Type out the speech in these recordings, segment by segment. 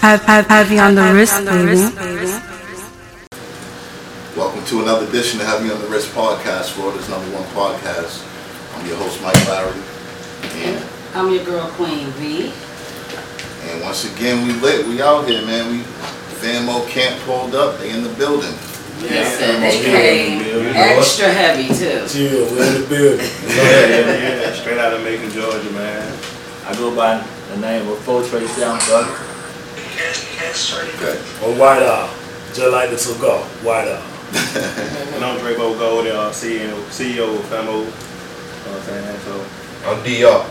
Have, have, have you on the wrist, baby. Welcome to another edition of Have Me on the Wrist podcast, Florida's number one podcast. I'm your host, Mike Lowry. And, I'm your girl Queen V. and once again, we lit. We out here, man. We Vanmo camp pulled up. They in the building. Listen, they yeah, came yeah. extra heavy too. Yeah, we're in the building. yeah, yeah, straight out of Macon, Georgia, man. I go by the name of Full Trace Down Buck. Okay. Or White Owl, just like the cigar, White Owl. And I'm Draco Gold, uh, CEO, CEO of FEMO. You know what I'm saying? So, I'm DR.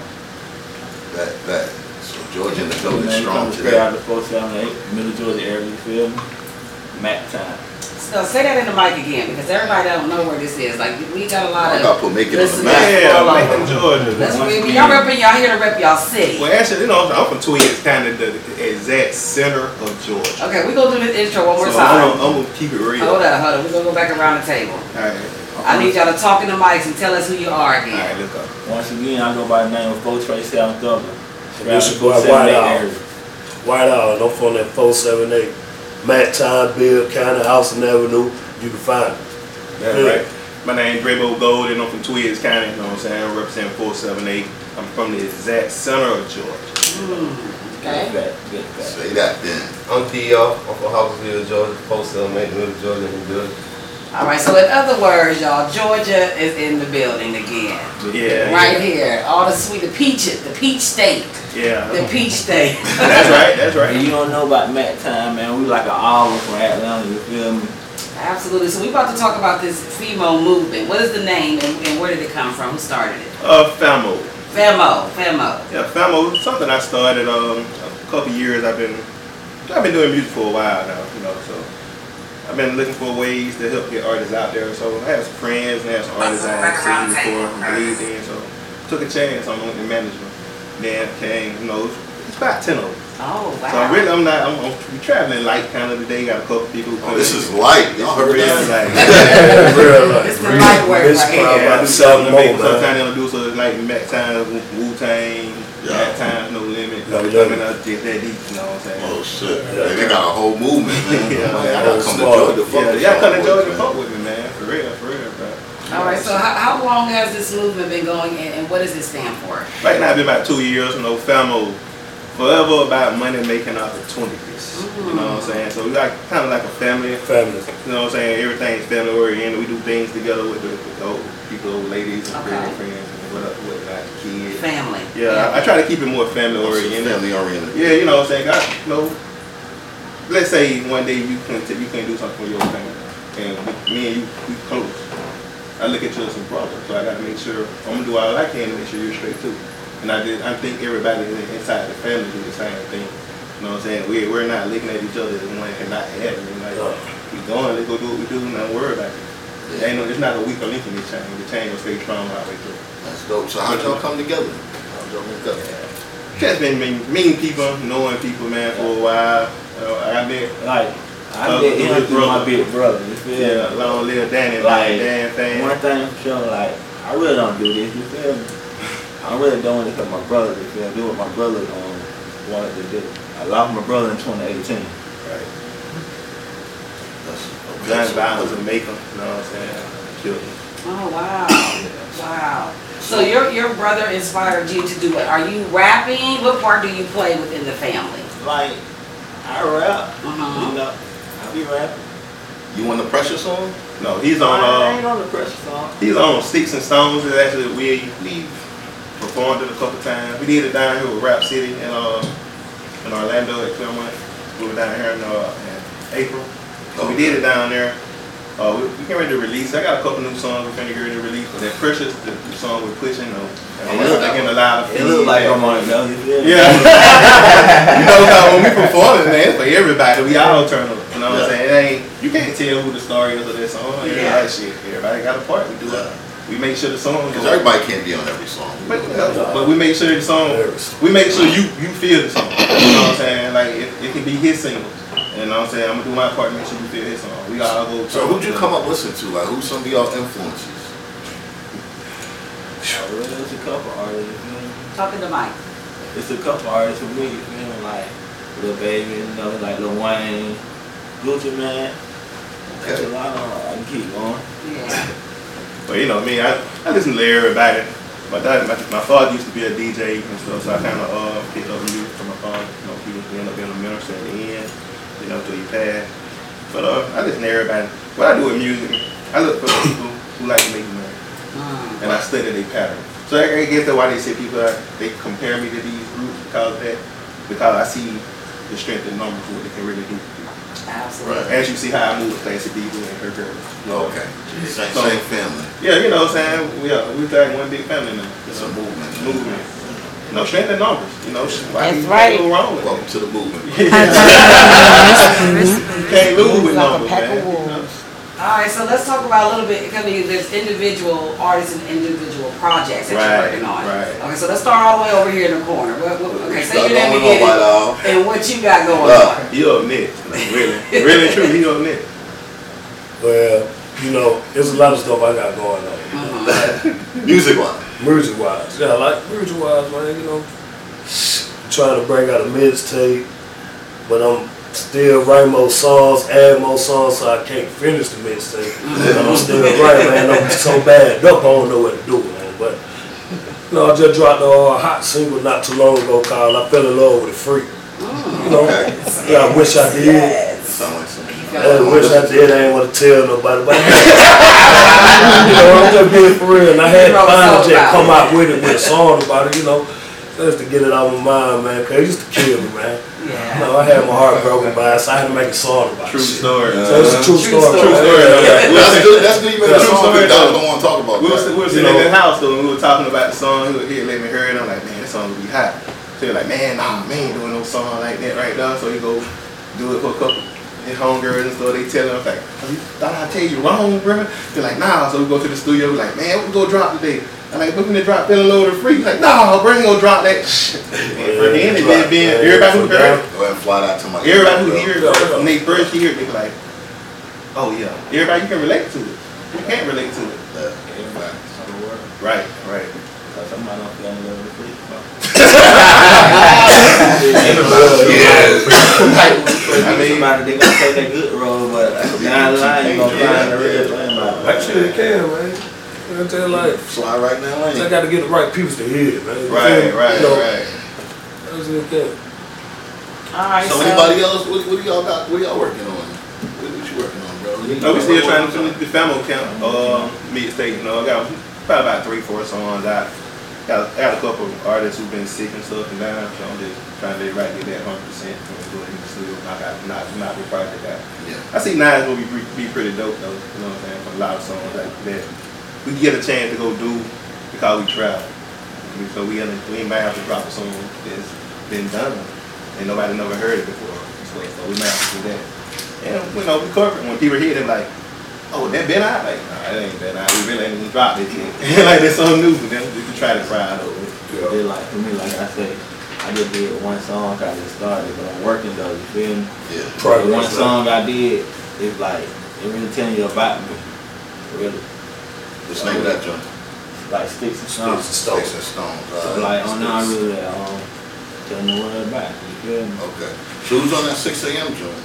That, that. So Georgia in the building Man, strong come straight out today. of the 478, Middle Georgia area, you feel me? Mac time. So say that in the mic again because everybody don't know where this is. Like we got a lot I got of put make it on the Listen, map. yeah, all over. Macon, Georgia. That's where Once we- y'all again- repping y'all here to rep y'all city. Well, actually, you know, I'm from Tweed, kind of the the exact center of Georgia. Okay, we gonna do this intro one more so time. I'm, gonna- I'm gonna keep it real. Hold up, hold up. We gonna go back around the table. All right, I need y'all to talk in the mics and tell us who you are all again. right, let's go. Once again, I go by the name of Full Trace Down Dublin. Straight out This of is the boy 478 White Owl. area. White Owl, no phone at 478. Matt Time, Bill County, Austin Avenue, you can find it. That's Yeah. right. My name is Draco Gold, and I'm from Tweed County. You know what I'm saying? I represent 478. I'm from the exact center of Georgia. Okay. Good fact, good fact. Say that then. I'm DR. I'm from Hopkinsville, Georgia. Post cell mate, Middle Georgia, and good. All right. So in other words, y'all, Georgia is in the building again. Yeah, Right here, all the sweet, the peaches, the peach state, yeah. the peach state. That's right. That's right. And you don't know about Mac time, man. We like an hour from Atlanta, you feel me? Absolutely. So we're about to talk about this FEMO movement. What is the name and, and where did it come from? Who started it? Uh, FAMO. FEMO. FEMO. Yeah, FAMO, something I started um, a couple years. I've been I've been doing music for a while now, you know, so I've been looking for ways to help get artists out there. So I have some friends and I have some artists I haven't seen before and believed in, so took a chance on the management. Then came, you know, it's about 10 of them. Oh wow. So I'm really, I'm not, I'm, I'm traveling light kind of today. Got a couple people who Oh, this is light. Y'all heard Yeah, that? like, Real life. It's the light work This right crowd here. yeah, about to I'm sell selling more, them. Sometimes man. they'll do so like Mac Time, Wu Tang, Mac Time, No Limit. No No Limit. Limit. That deep, you know what I'm saying? Oh shit. Man, they got a whole movement, man. Yeah. Like, I gotta come to Yeah. Georgia. Fuck with Yeah, y'all y'all come to boys, Georgia man. and fuck with me, man. For real, for real, bro. All right. So how, how long has this movement been going and, and what does it stand for? Right now, I've been about two years, you know, FAMO, forever about money making opportunities. You know what I'm saying? So we like kind of like a family. You Family. know what I'm saying? Everything's family oriented. We do things together with the, with the old people, old ladies, and Okay. girlfriends, and what up, what not, kids. Family. Yeah, I, I try to keep it more family oriented. Family oriented. Yeah, you know what I'm saying. I, you know, let's say one day you can not you can not do something for your family, and we, me and you we close. I look at you as a brother, so I gotta make sure I'm gonna do all I can to make sure you're straight too. And I did. I think everybody in- inside the family do the same thing. You know what I'm saying? We we're not looking at each other as one and not having it. like we going. Let's go do what we do. Not worry about it. Ain't no, it's not a weak link in the chain. The chain will stay strong all the way through. That's dope. So how'd y'all come together? How'd y'all meet up? Just been meeting, meeting people, knowing people, man, for a while. Uh, I met Like, I Uh, did him big through my brother. big brother, you feel me? Yeah, long live Danny, Like, like Dan One fan. thing for sure, like, I really don't do this, you feel me? I'm really doing it because my brother, you feel me? Do what my brother um, wanted to do. I lost my brother in 2018. That's Gun so- violence and make 'em, you know what I'm saying? Killed him. Oh wow. Wow. So your your brother inspired you to do what? Are you rapping? What part do you play within the family? Like, I rap, Uh-huh. you know, I be rapping. You want the pressure song? No, he's on, I ain't uh, on the pressure song. he's on Sticks and Stones, is actually we, we performed it a couple times. We did it down here with Rap City in, uh, in Orlando at Claremont. We were down here in, uh, in April. So we did it down there. Uh, we, we getting ready to release. I got a couple new songs we're finna get ready to release. But that Precious, the, the song we're pushing, you know, It and we're look- thinking a lot of It look like I'm on it, though, you feel me? Yeah. you know, like, when we performing, man, it's for everybody. We all turn up. You know what I'm saying? It ain't, you can't tell who the star is of that song. Everybody Yeah. shit. Everybody got a part. We do it. We make sure the song Because everybody can't be on every song. But, you know, but we make sure the song. Nervous. We make sure you you feel the song. You know what I'm saying? Like it, it can be his single. You know what I'm saying? I'm gonna do my part. Make sure you feel his song. We all go. So who'd you come up listening to? Like who's some of y'all influences? I really, Mm-hmm. it's a couple artists, you feel me? Talking to Mike. It's a couple artists for me, you feel me? Like, Lil Baby, you know, like Lil Wayne, Gucci Man. That's a lot of, I can keep going. Yeah. But you know, me, I, I listen to everybody. My dad, my, my father used to be a DJ and stuff, so I kind of uh, picked up music from my father. You know, he was ended up being a minister at the end, you know, till he passed. But uh, I listen to everybody. What I do with music, I look for the people who like to make money, Mm. and I study their patterns. So I, I guess that's why they say people are, they compare me to these groups because of that, because I see the strength in numbers what they can really do. Absolutely. As you see how I move with Classy D and her girls. you know. Okay, same, same family, Yeah, you know what I'm saying? We are, we like one big family now. you it's know? a movement. movement. You know, strength in numbers. You know, sh- why That's you right. Go wrong with Welcome it? to the movement. Have Yeah. Valley on the wrist, You baby. can't lose with Like a numbers, pack of man. you wolves. know? All right, so let's talk about a little bit, I mean, there's individual artists and individual projects that you're Right, working on. right. Okay, so let's start all the way over here in the corner. What, what, okay, It's say not your name going nowhere, again dawg. and what you got going Nah. on. He up next. Like, really, really true. He up next. Well, you know, there's a lot of stuff I got going on. Uh-huh. Music wise, Music wise. Yeah, I like music wise, man, you know. I'm trying to bring out a mixtape, but I'm still writing more songs, add more songs, so I can't finish the mixtape. But I'm still writing, man. I'm so bad up, I don't know what to do, man. But, you know, I just dropped a uh, hot single not too long ago called I Fell in Love with a Freak. You know, yeah, I wish I did. sound like something. I wish I did. I ain't want to tell nobody. But you know, I'm just being for real. And I had You wrote a song finally just about come out with it with a song about it. You know, just to get it out of my mind, man. Cause it used to kill me, man. You Yeah. know, I had my heart broken by it, so I had to make a song about True it. shit. story. So it's a true, True story. story. True story. man. though. We That's were- good, that's good you made a True song, story, but y'all though. don't wanna talk about We were, we that. were You sitting in know. the house though, and we were talking about the song. He would hear, let me hear it. I'm like, man, that song would be hot. So he like, man, nah, man, ain't doing no song like that right now. So he go do it for a couple. His homegirls and stuff, they tell him, I'm like, oh, you thought I tell you wrong, bro? They're like, nah. So we go to the studio, we like, man, we go drop today. I'm like, we to drop Fell in Love with a Freak. He's like, nah, bro, ain't gonna drop that. and for him, it just being, Yeah, everybody who heard yeah. it, Go ahead and fly that to my. Everybody who girl. hears it, when they first hear it, they be like, oh yeah. Everybody, you can relate to it. You can't relate to it. That- Everybody's on the work. Right, right. Cause I might not feel in love with you. I I mean, mean- somebody they gonna take that good role, but uh, down the line, you gonna find the real thing about it. Actually, it can, man. You know, I'm telling you, like, Fly right now, ain't I got to get the right people to hear, it, man. You Right, know, right, you know, right. that's what it can. All right, So anybody else, what, what do y'all got, what y'all working on? What, what you working on, bro? No, we still trying to finish the family count, uh, mixtape, you know, I got probably about three, four songs out. Got, got a couple of artists who've been sick and stuff and down, so I'm just trying to get right, get that hundred percent, and go ahead and still knock out, knock, knock the project out. Yeah, I see Nas will be, be pretty dope though, you know what I'm saying, from a lot of songs like that. We get a chance to go do because we travel. I mean, So we, gonna- we might have to drop a song that's been done and nobody never heard it before. and stuff, So we might have to do that. And you know, we corporate, when people hear it, they're like, oh, that been out? Like, nah, that ain't been out. We really ain't even dropped it yet. like, that's something new. Then we can try to ride over it. They like, for me, like I say, I just did one song, I just started, but I'm working though, you feel me? yeah. The one Progress, man. song I did, it's like, it really telling you about me, really. What's the name of that joint? Like sticks and Sticks and stones. Stones. Sticks and Stones. So uh, like, oh, now I Sticks. really, um, telling the world about, you feel me? Okay, so who's on that six AM joint?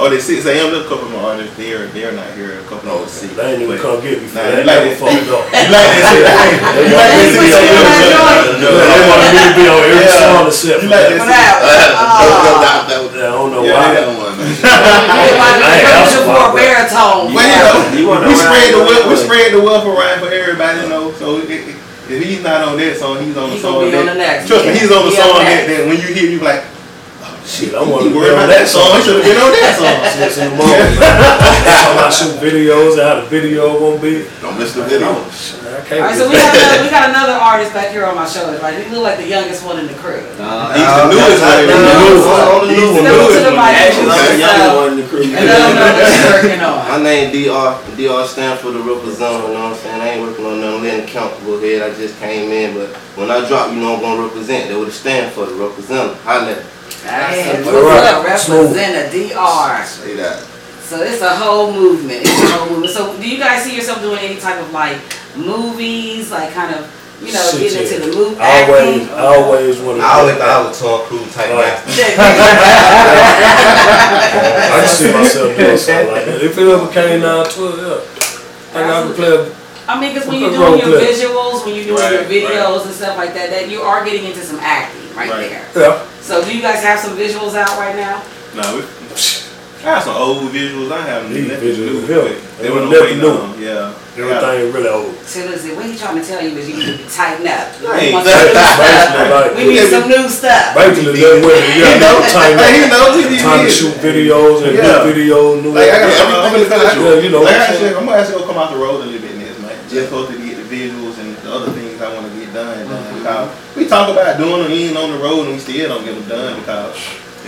Oh, they six AM, a couple of my artists, they're, they're not here, a couple of them sick. They ain't even But- come get me for Nah, you that. They like never it. fucked up. You like that shit? You like that shit? Yeah, They wanted me to be on every Yeah. song except You for like that. that? For that Uh, one. that- that- that was- Yeah, I don't know Yeah, why. yeah. that one, man. Uh, Everybody that's looking for a fine, bro. baritone. Well, You you know, wanna we ride spread the your wealth, we way. spread the wealth around for everybody, you know. So it, it, if he's not on that song, he's on the He song gonna be on that. the next. Trust me, he's on the He on song the that, next. that when you hear, you like, Shit, I you wanted to be worried on about that song. He should song. have been on that song. Six in the morning. man. That's how I shoot videos and how the video gonna be. Don't miss the video. Oh, All Man, I right, can't so we be got, another, we got another artist back here on my shoulder. Like, he look like the youngest one in the crib. Nah, He's the newest one. no, He's the no, newest one. no, He's the no, newest no, one. no, actually, I'm the So- youngest one in the crew. And I don't know what you're working on. My name DR, DR stand for the representative, you know what I'm saying? I ain't working on nothing, letting the comfortable head, I just came in, but when I drop, you know I'm gonna represent, that would stand for the representative, holla. at me. Man, All right, what's up? smooth. Represent a DR. Say that. So it's a whole movement. It's a whole movement. So do you guys see yourself doing any type of like movies, like kind of you know, Shit, getting yeah. into the mood. I always, acting. I always want to. I always thought I was Tom Cruise type Right. guy. I can see myself doing something like that. If it ever came down to it, yeah. I think I could play a I mean, because when you're Good doing role your play. visuals, when you're doing your Right, videos and stuff like that, that you are getting into some acting right, Right. there. yeah. So, do you guys have some visuals out right now? Nah, we, I have some old visuals. I have These nothing visuals new. is hell. They They were were no never way new. known. Yeah. Everything really old. So, listen, what he's trying to tell you is you need to tighten up. We Hey, want some new that- stuff. Basically, like, We need some new stuff. basically that way. Yeah, You know, no time, Hey, he knows he time to did. shoot videos and Yeah. new videos, new. Like, Yeah, I got everything is visual. Yeah, you know. Like, I I'm said, gonna actually go come out the road a little bit in this, man. Yeah. Just supposed to get the visuals and the other things I want to get done. done because we talk about doing them in on the road and we still don't get them done because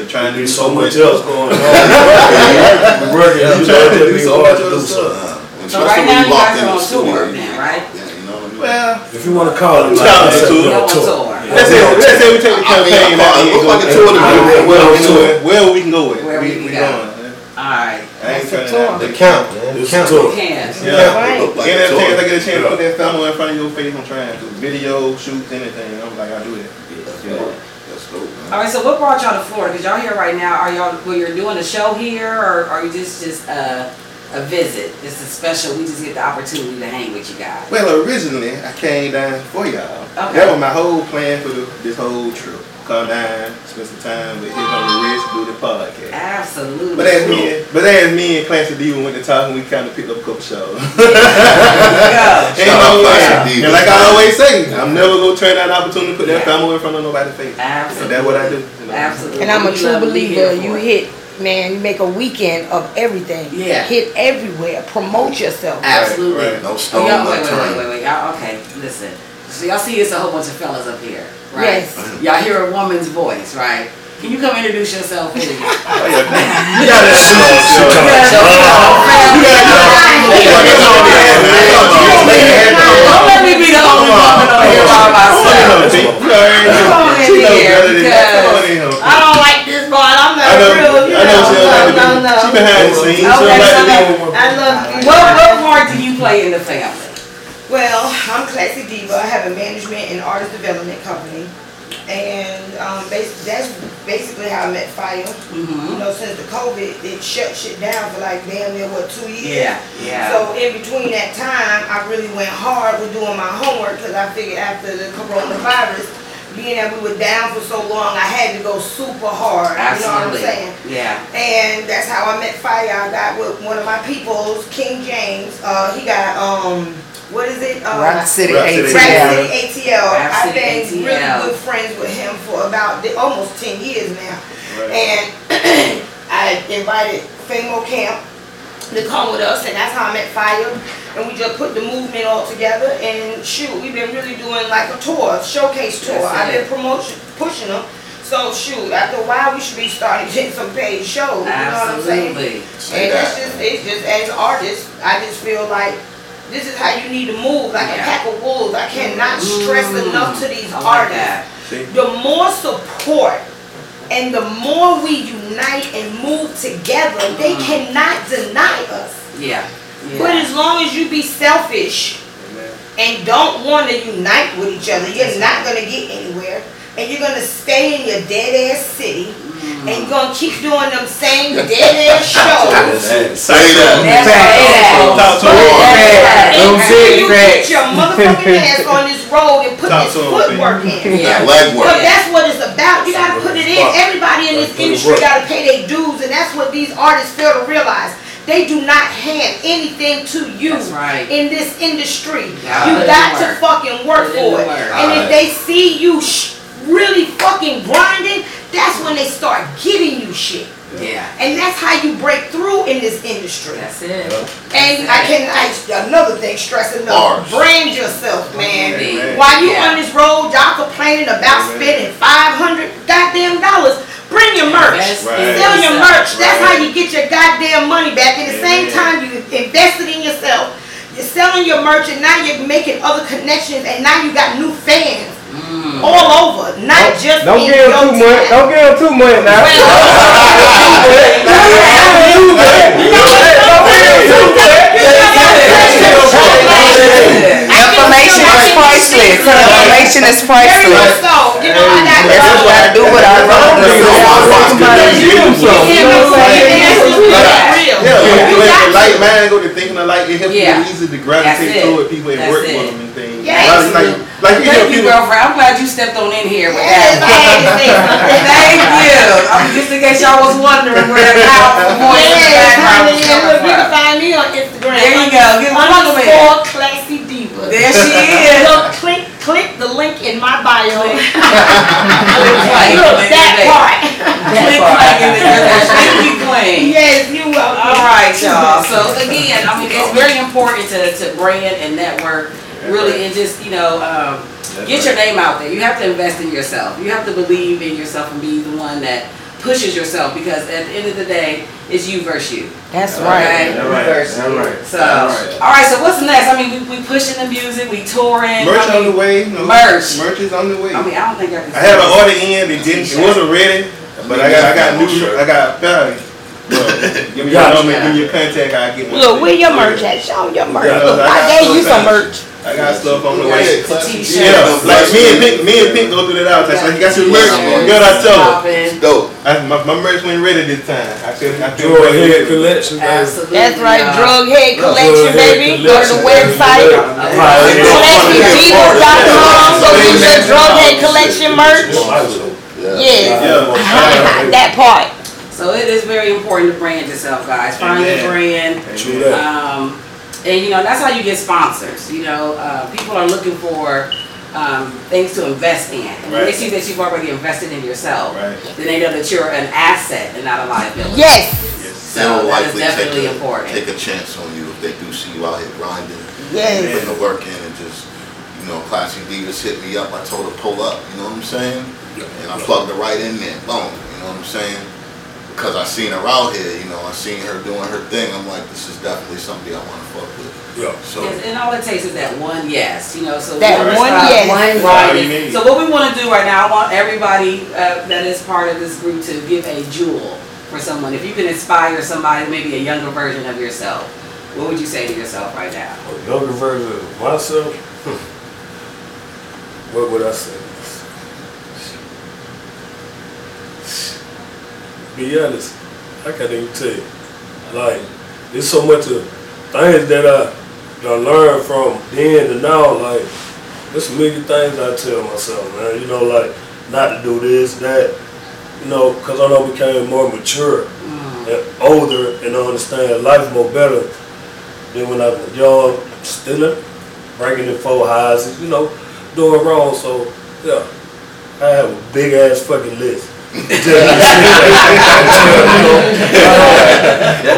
you're trying to do There's so much else. else going on. We're working, you know, I'm trying to it'd do be so hard much to other do stuff. something. Uh, and especially So right when now you you locked guys in are the on studio, tour you- now, right? Yeah, you know what I mean? Well, If you want to call it, like, Yeah, tour. I said, we're You're on on tour. tour. let's say, let's say we take the I mean, campaign. I'm out fine. It look here and like a tour go- to me. Where- We're on Where where we can go with. Where we We can we go. All going. right. I That's a ain't turning tour. down. The count, man. It's a The count. You tour. can. Yeah. It look like Any a tour. chance I get a chance to put that thumb in front of your face, I'm trying to do video, shoots, anything. I'm like, I do that. That's Yeah. dope. That's dope, man. All right, so what brought y'all to Florida? Because y'all here right now. Are y'all well? You're doing a show here, or are you just just uh, a visit? This is special. We just get the opportunity to hang with you guys. Well, originally I came down for y'all. Okay. That was my whole plan for the, this whole trip. Come down, spend some time with him on the wrist, do the podcast. Absolutely. But as me, and- but as me and Clancy D went to talk, we kind of picked up a couple shows. Go. Ain't Shout out no Clancy way. D. And like I always say, I'm never gonna turn that opportunity to put that family in front of nobody's face. And Absolutely. that's what I do. you know. Absolutely. And I'm a We true love to be believer. here for You it. hit, man, you make a weekend of everything. Yeah. Hit everywhere. Promote yourself. Absolutely. Right, right. No Oh, stone y'all, wait, wait, wait, unturned. wait, wait. Y'all, okay, listen. So y'all see it's a whole bunch of fellas up here, right? Yes. Y'all hear a woman's voice, right? Can you come introduce yourself? please? Oh, yeah, thank You got that shit on Oh, She film. come- Don't let me be the only woman on here by myself. you. Come on in, Pete. Come on in She knows here, better than that. Come on in, because- Pete. I don't like this boy. I'm I know, I know she don't like to be. She behind the scenes. She don't Okay, so like to be. then- I love you. What, what part do you play in the family? Well, I'm Classy Diva. I have a management and artist development company. And um, bas that's basically how I met Fire. You Mm-hmm. know, since the COVID, it shut shit down for like damn near what, two years? Yeah, yeah. So in between that time, I really went hard with doing my homework because I figured after the coronavirus, being that we were down for so long, I had to go super hard. Absolutely. You know what I'm saying? Yeah. And that's how I met Fire. I got with one of my peoples, King James. Uh, he got um, what is it? Uh, Rock City Rock City. Rap ATL. City ATL. Rap I've City been ATL. really good friends with him for about the, almost ten years now. Right. And I invited Famo Camp to come with us, and that's how I met Fire. And we just put the movement all together, and shoot, we've been really doing like a tour, showcase tour. That's I've it. been promotion, pushing them. So shoot, after a while, we should be starting getting some paid shows. You know what I'm saying? Absolutely. Say And that's just, that. it's just, as artists, I just feel like this is how you need to move, like a Yeah. pack of wolves. I cannot stress Mm. enough to these I like artists that. See? the more support and the more we unite and move together, they cannot deny us. Mm. Yeah. yeah. But as long as you be selfish Amen. and don't want to unite with each other, you're not going to get anywhere. And you're going to stay in your dead ass city Mm. and you're going to keep doing them same dead ass shows. Say that. That's right. Talk to That's her. right. And Them big you facts. get your motherfucking ass on this road and put Talk to this 'em, baby. footwork in. That Yeah. But legwork. that's what it's about. You gotta put it in. Everybody in this industry gotta pay their dues, and that's what these artists fail to realize. They do not hand anything to you That's right. in this industry. Yeah, You put in got the to work. fucking work Put in for the it. work. And Alright. if they see you sh- really fucking grinding, that's when they start giving you shit. Yeah. And that's how you break through in this industry. That's it. And I can, I, another thing, stress Bars. enough, brand yourself, man. Amen. While you Yeah. on this road, y'all complaining about Right. spending five hundred goddamn dollars. Bring your merch. Invest Right. in Sell your yourself. merch. That's how you get your goddamn money back. At the same Amen. time, you invested in yourself. You're selling your merch, and now you're making other connections, and now you got new fans all over, not just Don't in give your him too much. town. Don't give him too much now. Information is priceless. priceless. Her information is Very priceless. much so, you know, I got. That's what I do with our Yeah, like, You like, got like, like man, go to thinking alike, it helps Yeah. you easy to gravitate That's it. toward people and That's work with it. them and things. Yes. Like, like, like it helps Thank you, you. girlfriend. I'm glad you stepped on in here with Yes, I that. had to say something. Thank you. Um, just in case y'all was wondering where the house, the voice in the Yes, background honey, was and look, coming you can from. find me on Instagram. There you go. Give her a minute. Underscore classy diva. There she is. Look, click, click the link in my bio. Look, that part. Click like in the description. Thank you, Queen. Yes, you welcome. All right, y'all. So again, I mean, it's very important to, to brand and network, really, and just, you know, um, get your name out there. You have to invest in yourself. You have to believe in yourself and be the one that pushes yourself because at the end of the day, it's you versus you. That's Okay. right. All right, all right. So, all right. So what's next? I mean, we, we pushing the music, we touring. Merch I on mean, the way. no, Merch. Merch is on the way. I mean, I don't think I can. I had an order in, it didn't, it wasn't ready, but I got, I got new, I got value. Give me your Gotcha. number, give me your contact, I'll get one. Look, where your merch at? Show 'em your merch. Look, I gave you some merch. I got stuff on the Yeah, way. classic. T-shirt. Yeah, like me and Pink, me and Pink go through that out, that's like, you got your merch, girl, I told her. Popping. Dope. I- My, my merch wasn't ready this time, I couldn't, I Draw a couldn't. head collection, man. Absolutely. That's right, y'all. drug head Drug collection, head baby. Go to the collection. website. ClassyDivas.com. Go use your drug head collection merch. Yes, Yeah. that part. So it is very important to brand yourself, guys. Find your Amen. brand. True that. Um, and you know that's how you get sponsors. You know, uh, people are looking for um, things to invest in. And when they Right. see that you've already invested in yourself, Right. then they know that you're an asset and not a liability. Yes, So They will that is likely definitely take a, important. take a chance on you if they do see you out here grinding, yes. putting the work in and just, you know, classy divas hit me up, I told her pull up, you know what I'm saying? And I plugged her right in there, boom, you know what I'm saying? Because I seen her out here, you know, I seen her doing her thing, I'm like, this is definitely somebody I wanna fuck with. Yeah. So, Yes, and all it takes is that one yes, you know. So That we never one stop yes. one That's all right. you need. So what we want to do right now, I want everybody uh, that is part of this group to give a jewel for someone. If you can inspire somebody, maybe a younger version of yourself, what would you say to yourself right now? A younger version of myself? Hmm. What would I say? Be honest, I can't even tell you. Like, there's so much of things that I, that I learned from then to now. Like, there's a million things I tell myself, man. You know, like, not to do this, that. You know, because I know I became more mature and older and I understand life more better then when I was young, stealing, breaking the four houses, you know, doing wrong. So yeah, I have a big ass fucking list. a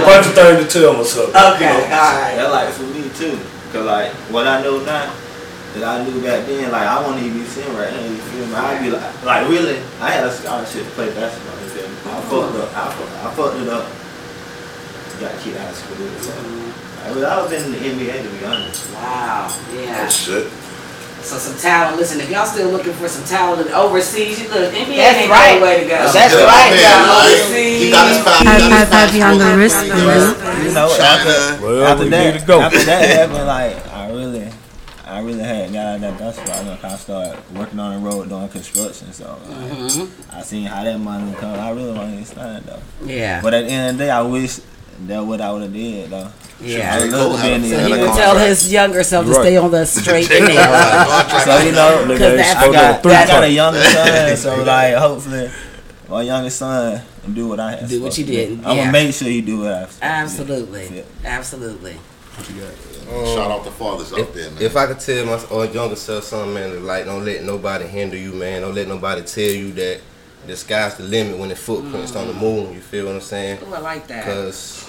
bunch of things to tell myself. Okay, You know, all right. That like for me too, cause like what I know now, that I knew back then, like I won't even be seeing right now. You feel me? I'd be like, like really, I had a scholarship to play basketball. You feel me? I fucked up. I fucked, I fucked it up. Got kicked out of school. So. I would have been in the NBA to be honest. Mm, Wow, yeah. oh shit. So some talent. Listen, if y'all still looking for some talent overseas, you look NBA That's ain't right. the way to go. That's Yeah, right, man, y'all. like, You got his High- fast. you got his high fast five you on the foot, wrist, you on got his the You know, China. Well, after we that, need to go. after that happened, like I really, I really had got out of that dust spot. Like I started working on the road doing construction, so like, Mm-hmm. I seen how that money come. I really wanted to sign though. Yeah. But at the end of the day, I wish that what I would have did though. Yeah. I J. Cole love had being a in So he Santa can Claus the tell rap. his younger self to Right. stay on the straight and narrow. So you know, Nigga, Cause that- ain't I spoken got three I got a times. younger son, so like hopefully my youngest son will do what I have. Do what you did, I'm yeah. gonna make sure you do what I. have to Absolutely. Yeah. Absolutely. Shout out the fathers out there, man. Um, If I could tell my or younger self something, man, like don't let nobody hinder you, man. Don't let nobody tell you that the sky's the limit when the footprints on the moon. You feel what I'm saying? Oh, I like that. Cause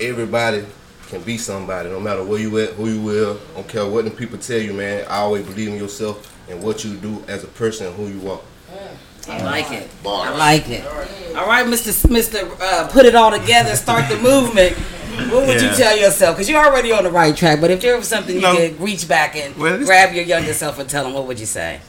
everybody can be somebody, no matter where you at, who you will. Don't care what the people tell you, man. I always believe in yourself and what you do as a person and who you are. I like it. Bars. I like it. All right, Mr. S- Mr. Uh, put it all together, start the movement. What would you Yeah. tell yourself? Because you're already on the right track. But if there was something you No. could reach back and Well, this- grab your younger self and tell them, what would you say?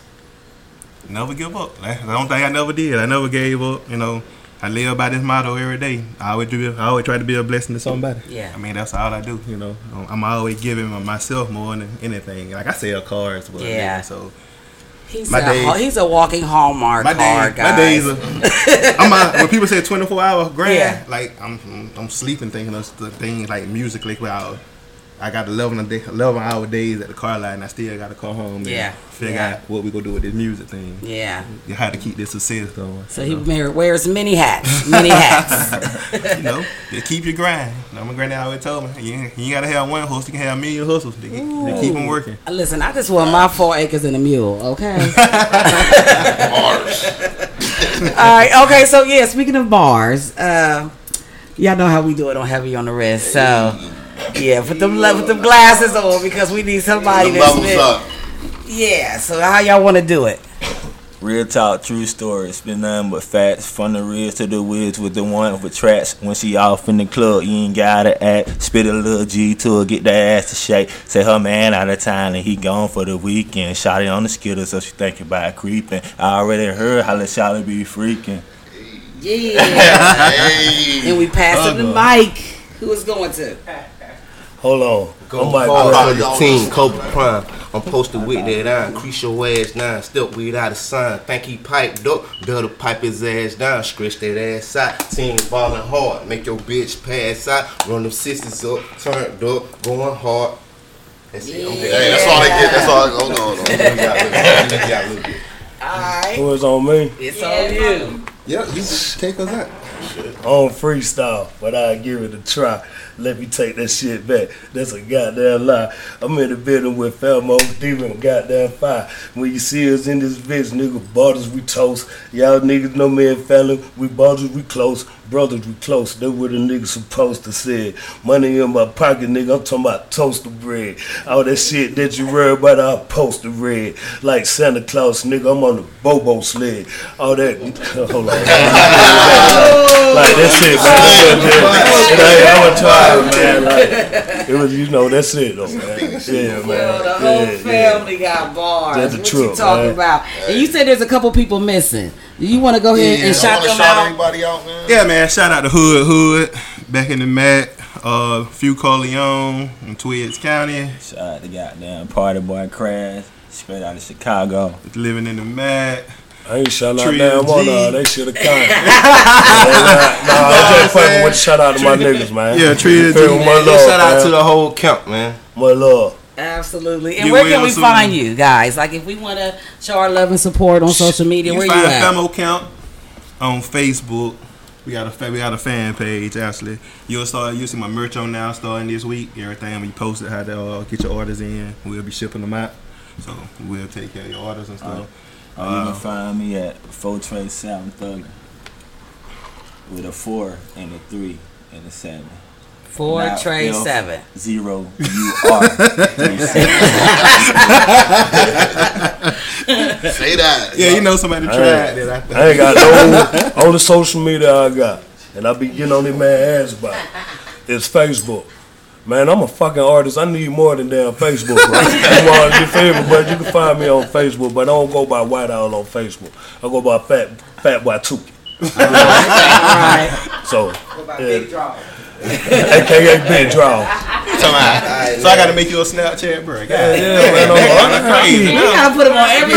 never give up. That's the only thing I never did. I never gave up. You know, I live by this motto every day. I always do. I always try to be a blessing to somebody. Yeah. I mean, that's all I do. You know, Um, I'm always giving of myself more than anything. Like I sell cars, but Yeah. So He's My a days- ha- he's a walking hallmark my card, days, my days guys. are. I'm out, when people say 24 hour grand, Yeah. like I'm, I'm, I'm sleeping thinking of the things like musically. Where I, I got 11 a day, 11 hour days at the car lot, and I still got to call home. And Yeah. Figure Yeah. out what we gonna do with this music thing. Yeah. You had to keep this success going. So he mar- wears many hats, many hats. you know, just keep your grind. You know, my granddad always told me, you, ain't- you ain't gotta have one hustle, you can have a million hustles to, get, to keep them working. Uh, Listen, I just want my four acres and a mule. Okay. Bars. All right. Okay. So yeah, speaking of bars, uh, y'all know how we do it on heavy on the wrist. So yeah, put them le- put them glasses on because we need somebody The that's levels been, up. yeah. So how y'all want to do it? Real talk, true story. It's been nothing but facts. From the reels to the whiz with the one with tracks. When she off in the club, you ain't gotta act. Spit a little G to her, get that ass to shake. Say her man out of town and he gone for the weekend. Shot it on the skitter, so she thinking about creeping. I already heard how the shawty be freaking. Yeah. Hey. and we pass it to Uh-huh. Mike. Who is going to? Hold on. Go I might forward go- for the team, Cobra Prime. I'm posted with that iron. Crease your ass down. Step weed out of sign. Think he piped up. Better pipe his ass down. Stretch that ass out. Team ballin' hard. Make your bitch pass out. Run them sisters up. Turned up. Going hard. That's it. I'm Hey, good. that's all they get. That's all. oh, Hold on, hold on. You got a little- you got a little bit. Who is on me? It's on you. Yeah, you just take us out. on freestyle, but I give it a try. Let me take that shit back. That's a goddamn lie. I'm in the building with Felmo Demon, goddamn fire. When you see us in this bitch, nigga, brothers we toast. Y'all niggas know me and Fallon, we brothers we close, brothers we close. That what a nigga supposed to say. Money in my pocket, nigga, I'm talking about toaster bread. All that shit that you read about, I poster red. Like Santa Claus, nigga, I'm on the Bobo sled. All that, hold on. Like that's it, man. That's it, man. Hey, I'm gonna try it, man. Like it was, you know, that's it, though, man. Yeah, Well, the man. whole Yeah, yeah. family got bars. That's the what you truth, talking man. about? And you said there's a couple people missing. Do you want to go ahead Yeah, and I shout wanna them shout out? everybody out, man. Yeah, man, shout out to Hood Hood, back in the mat, uh, Few Corleone in Twids County, Shout out to goddamn party boy Crash, straight out of Chicago. living in the mat. I ain't shout out Trio damn one G. of They should have come. Nah, I just fucking with shout out to my niggas, man. Yeah, Trio G. Feel my love, Shout out to man. the whole camp, man. my love. Absolutely. And You where can will we soon. find you guys? Like, if we want to show our love and support on social media, You where can you find at? Femo Count on Facebook. We got a fa- we got a fan page actually. You'll start you see my merch on now starting this week. Everything we posted how to uh, get your orders in. We'll be shipping them out. So we'll take care of your orders and stuff. you can find me at Four Trace Seven Thugger. With a four and a three and a seven. Four Now, Trey you know, Seven. Zero, you are. three, seven. Say that. yeah, you know somebody tried Hey. that. I think. I ain't got no only social media I got, and I be getting on this man ass about is Facebook. Man, I'm a fucking artist. I need more than damn Facebook, bro. you want your favorite, but you can find me on Facebook. But I don't go by White Owl on Facebook. I go by Fat Fat Boy Tuki. All right. So, Big draw. AKA Big Draw. So I, so I got to make you a Snapchat, bro. God. Yeah, man, I'm- That's crazy. You gotta put him on every.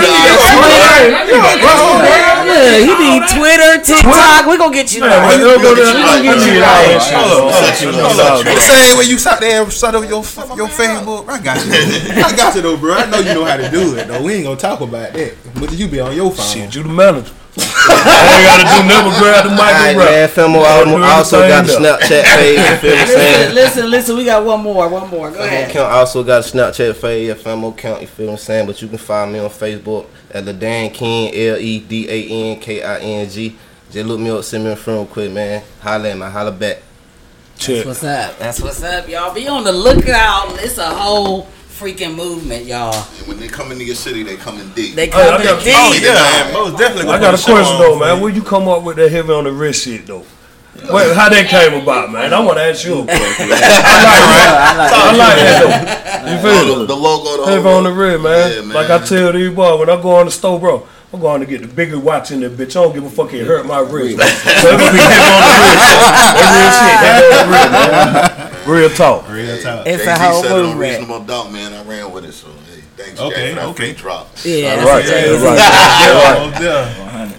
Look, he need Twitter, TikTok. We gonna get you. Man, there. we gonna go there. We gonna get you all that shit. Hold up, hold Shit, up, it's all hold up. good. The same way you sat there and sat over your f- your Facebook. I got you. though. I got you though, bro. I know you know how to do it though. We ain't gonna talk about that. But you be on your phone. Shit, you the manager. I ain't gotta do nothing but grab the mic Alright, and rap. man. Femo Autumn Everything also got a done. Snapchat page. You feel what I'm Listen, saying? listen, listen. We got one more. One more. Go Famo ahead. account also got a Snapchat fade FMO account, you feel what I'm saying? But you can find me on Facebook at LeDan King, L E D A N K I N G. Just look me up, send me a friend real quick, man. Holla at me, holla back. Shit. That's what's up. That's what's up, y'all. Be on the lookout. It's a whole freaking movement, y'all. And when they come into your city, they come in deep. They Hey, I come in got- deep. Oh yeah, man. most definitely. I gonna got a put show question on though, for man. you. Where you come up with that heavy on the wrist shit though? Wait, how that came about, man? I want to ask you a question. I like that though. You the, feel me? the logo, the Heavy whole on the wrist, man. Yeah, man. Like I tell these boys, when I go on the store, bro, I'm going to get the bigger watch in there, bitch. I don't give a fuck. It hurt my wrist. so it could be hit on the wrist. That real shit. That real, real, real talk. Real It's a whole said it on movement. Reasonable Doubt, man. I ran with it, so hey, thanks, Okay, Jay, for that free okay. drop. Yeah, Right, that's yeah, right. right. Oh, yeah.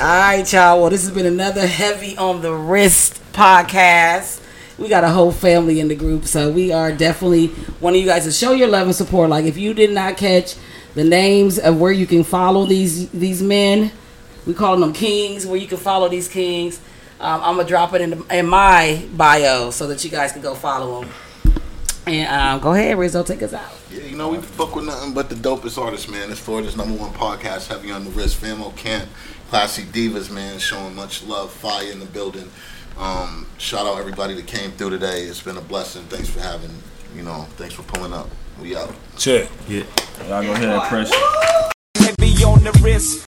All right, y'all. Well, this has been another heavy on the wrist podcast. We got a whole family in the group, so we are definitely wanting you guys to show your love and support. Like, if you did not catch the names of where you can follow these these men, we calling them kings. Where you can follow these kings, um, I'm gonna drop it in, the, in my bio so that you guys can go follow them. And um, go ahead, Rizzo, take us out. Yeah, you know, we fuck with nothing but the dopest artists, man. It's Florida's number one podcast, Heavy on the Wrist, Famo Camp, Classy Divas, man, showing much love, fire in the building. Um, shout out everybody that came through today. It's been a blessing. Thanks for having, you know, thanks for pulling up. We out. Check. Y'all go ahead and press. heavy on the wrist.